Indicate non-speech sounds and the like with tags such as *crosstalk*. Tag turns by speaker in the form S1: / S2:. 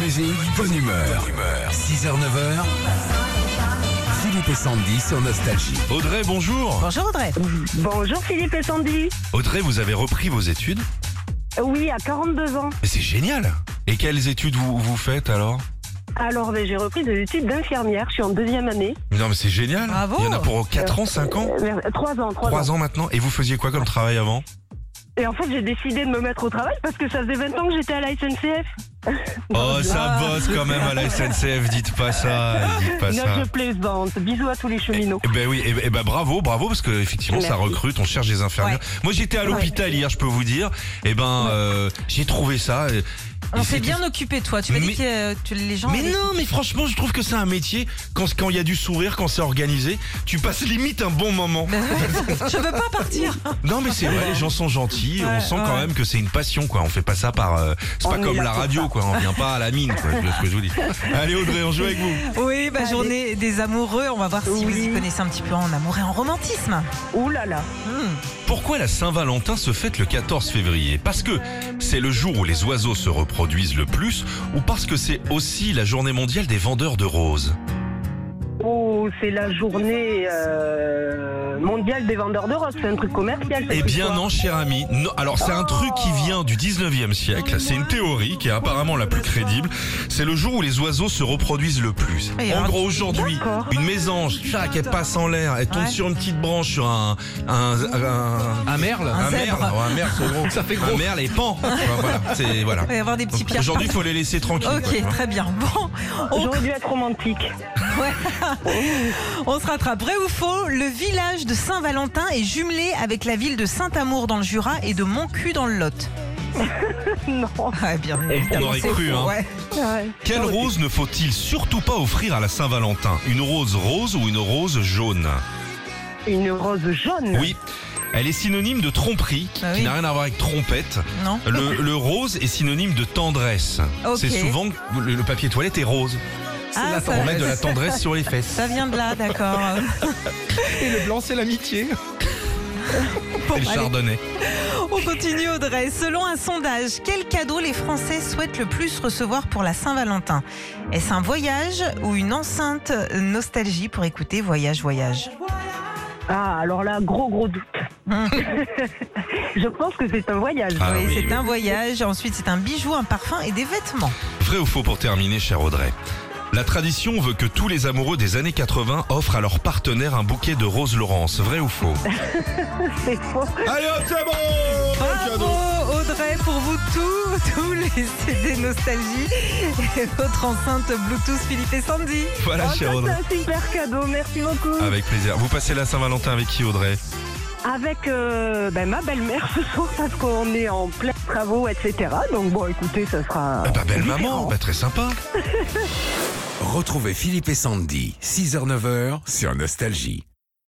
S1: musique, bonne humeur. 6h, 9h. Philippe et Sandy sur Nostalgie.
S2: Audrey, bonjour.
S3: Bonjour Audrey.
S4: Bonjour Philippe et Sandy.
S2: Audrey, vous avez repris vos études.
S4: Oui, à 42 ans.
S2: Mais C'est génial. Et quelles études vous, vous faites alors
S4: Alors, ben, j'ai repris des études d'infirmière. Je suis en deuxième année.
S2: Non, mais c'est génial.
S3: Bravo.
S2: Il y en a pour 4 ans, 5 ans,
S4: Euh, merde, Trois ans, trois,
S2: 3 ans maintenant. Et vous faisiez quoi comme travail avant
S4: Et en fait, j'ai décidé de me mettre au travail parce que ça faisait 20 ans que j'étais à la SNCF.
S2: Oh, ça bosse quand même à la SNCF. Dites pas ça. Dites pas
S4: non,
S2: Bah, ça.
S4: je plaisante. Bisous à tous les cheminots.
S2: Eh Ben oui, eh ben- eh ben bravo, bravo, parce que effectivement ça
S4: Merci.
S2: recrute, on cherche des infirmières. Moi j'étais à l'hôpital hier, je peux vous dire. Eh ben euh, j'ai trouvé ça. et-
S3: On
S2: et
S3: s'est
S2: c'était-
S3: bien occupé de toi. Tu m'as
S2: Mais-
S3: dit que euh, tu- les gens.
S2: Mais
S3: avaient-
S2: non, mais franchement, je trouve que c'est un métier. Quand quand il y a du sourire, quand c'est organisé, tu passes limite un bon
S4: *laughs*
S2: moment.
S3: Ben ouais, *laughs* je veux pas partir.
S2: Non, mais c'est vrai, les gens sont gentils.
S3: Ouais,
S2: on sent quand
S3: ouais.
S2: même que c'est une passion, quoi. On fait pas ça par. euh, c'est pas
S4: On est
S2: comme
S4: là
S2: la
S4: pour
S2: radio, quoi. On vient pas à la mine, quoi. C'est ce que je vous
S4: *laughs*
S2: dis. Allez, Audrey, on joue avec vous.
S3: *laughs* Oui, bah, journée des amoureux. On va voir si vous y connaissez un petit peu en amour et en romantisme.
S4: Ouh là là.
S3: Hmm.
S2: Pourquoi la Saint-Valentin se fête le 14 février Parce que c'est le jour où les oiseaux se reproduisent le plus ou parce que c'est aussi la journée mondiale des vendeurs de roses
S4: Oh, c'est la journée euh, mondiale des vendeurs de roses. C'est un truc commercial. cette
S2: Eh bien
S4: histoire.
S2: non, cher ami. Non. Alors c'est un truc qui vient du 19e siècle. C'est une théorie qui est apparemment la plus crédible. C'est le jour où les oiseaux se reproduisent le plus.
S3: Et
S2: En
S3: alors-
S2: gros, aujourd'hui,
S4: D'accord.
S2: une mésange, tchac, elle passe en l'air, elle tombe
S3: Ouais.
S2: sur une petite branche, sur un... Un, un,
S5: Un merle
S3: Un
S2: merle,
S3: zèbre.
S2: ouais, un merle, c'est
S5: *laughs*
S2: gros.
S5: Ça fait gros.
S2: Un merle et pan. Enfin, voilà, c'est... Voilà.
S3: Il va y avoir des petits
S2: Donc,
S3: pierres.
S2: Aujourd'hui, il faut les laisser tranquilles. quoi, tu
S3: Ok,
S2: vois.
S3: très bien. Bon, on, *laughs*
S4: J'aurais dû être romantique.
S3: on se rattrape. Vrai ou faux Le village de Saint-Valentin est jumelé avec la ville de Saint-Amour dans le Jura et de Montcu dans le Lot.
S4: *laughs* Non.
S3: Ah, bien évidemment,
S2: aurait
S3: c'est
S2: cru,
S3: faux,
S2: hein.
S3: ouais.
S4: Ouais.
S2: Quelle rose ne faut-il surtout pas offrir à la Saint-Valentin Une rose rose ou une rose jaune
S4: Une rose jaune.
S2: Oui. Elle est synonyme de tromperie, qui,
S3: Ah oui.
S2: qui n'a rien à voir avec trompette.
S3: Non
S2: Le, le rose est synonyme de tendresse.
S3: Ok.
S2: C'est souvent que le, le papier toilette est rose.
S3: Ah, ça,
S2: On met de la tendresse sur les fesses.
S3: ça vient de là, d'accord. *laughs*
S5: Et le blanc, c'est l'amitié.
S3: Bon,
S2: C'est le
S3: allez,
S2: chardonnay.
S3: On continue Audrey. Selon un sondage, quel cadeau les Français souhaitent le plus recevoir pour la Saint-Valentin Est-ce un voyage ou une enceinte nostalgie pour écouter Voyage, Voyage
S4: Ah, alors là, gros gros doute.
S3: Hum.
S4: *laughs* Je pense que c'est un voyage.
S2: Ah
S3: Oui,
S2: oui,
S3: c'est
S2: oui.
S3: un voyage. Ensuite, c'est un bijou, un parfum et des vêtements.
S2: Vrai ou faux pour terminer, cher Audrey La tradition veut que tous les amoureux des années 80 offrent à leur partenaire un bouquet de rose Laurence. Vrai ou faux
S4: C'est faux.
S2: Allez hop, c'est bon Le
S3: Bravo
S2: cadeau.
S3: Audrey pour vous tous, *laughs* tous les CD nostalgie et votre enceinte Bluetooth Philippe et Sandy.
S2: Voilà,
S4: Oh, ça,
S2: cher Audrey.
S4: c'est un super cadeau. Merci beaucoup.
S2: Avec plaisir. Vous passez la Saint-Valentin avec qui, Audrey
S4: Avec euh, ben, ma belle-mère ce soir parce qu'on est en plein travaux, etc. Donc bon, écoutez, ça sera.
S2: Ah Bah belle maman,
S4: différent.
S2: bah très sympa.
S1: Retrouvez Philippe et Sandy, 6h, 9h sur Nostalgie.